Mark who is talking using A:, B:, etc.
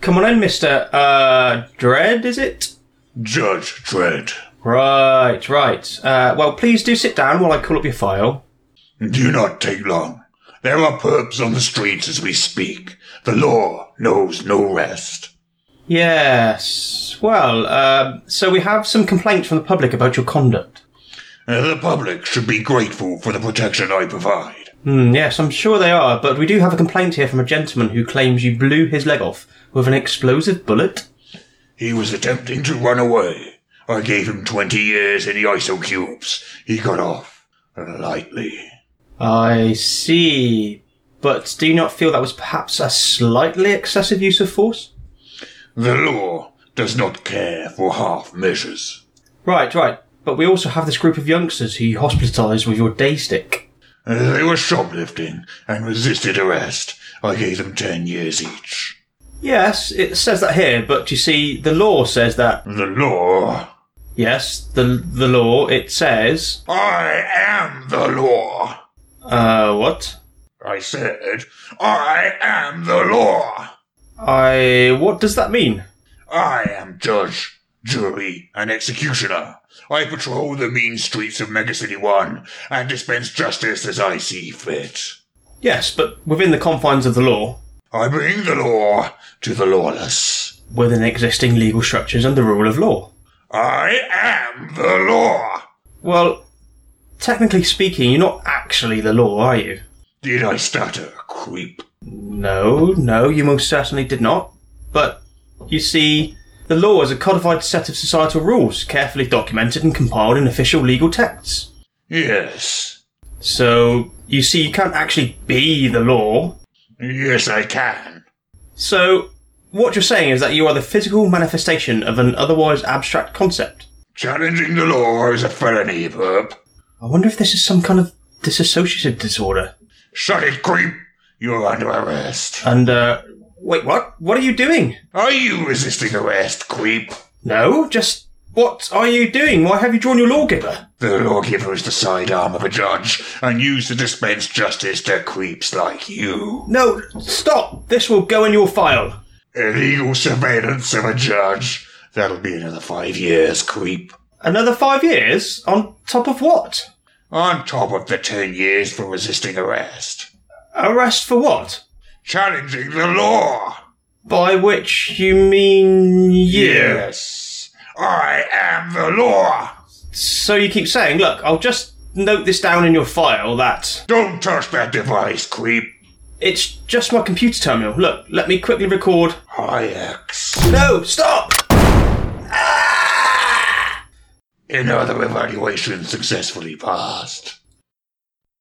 A: Come on in, Mister uh, Dread. Is it?
B: Judge Dredd,
A: Right, right. Uh, well, please do sit down while I call up your file.
B: do not take long. There are perps on the streets as we speak. The law knows no rest.
A: Yes. Well, um so we have some complaints from the public about your conduct.
B: Uh, The public should be grateful for the protection I provide.
A: Hmm, yes, I'm sure they are, but we do have a complaint here from a gentleman who claims you blew his leg off with an explosive bullet.
B: He was attempting to run away. I gave him 20 years in the ISO cubes. He got off uh, lightly.
A: I see. But do you not feel that was perhaps a slightly excessive use of force?
B: The law does not care for half measures.
A: Right, right. But we also have this group of youngsters who you hospitalised with your day stick.
B: Uh, They were shoplifting and resisted arrest. I gave them 10 years each.
A: Yes, it says that here, but you see, the law says that.
B: The law.
A: Yes, the the law, it says.
B: I am the law.
A: Uh, what?
B: I said, I am the law.
A: I. What does that mean?
B: I am judge, jury, and executioner. I patrol the mean streets of Mega City 1 and dispense justice as I see fit.
A: Yes, but within the confines of the law,
B: I bring the law to the lawless.
A: within existing legal structures and the rule of law.
B: I am the law.
A: Well, technically speaking, you're not actually the law, are you?
B: Did I stutter, creep?
A: No, no, you most certainly did not. But, you see, the law is a codified set of societal rules, carefully documented and compiled in official legal texts.
B: Yes.
A: So, you see, you can't actually be the law.
B: Yes, I can.
A: So, what you're saying is that you are the physical manifestation of an otherwise abstract concept.
B: Challenging the law is a felony, Verb.
A: I wonder if this is some kind of dissociative disorder.
B: Shut it, creep. You're under arrest.
A: And, uh, wait, what? What are you doing?
B: Are you resisting arrest, creep?
A: No, just, what are you doing? Why have you drawn your lawgiver?
B: The lawgiver is the sidearm of a judge and used to dispense justice to creeps like you.
A: No, stop! This will go in your file.
B: Illegal surveillance of a judge. That'll be another five years, creep.
A: Another five years? On top of what?
B: On top of the ten years for resisting arrest.
A: Arrest for what?
B: Challenging the law.
A: By which you mean you.
B: Yes. I am the law.
A: So you keep saying, look, I'll just note this down in your file that
B: Don't touch that device, creep.
A: it's just my computer terminal. Look, let me quickly record.
B: IX.
A: No, stop!
B: Another evaluation successfully passed.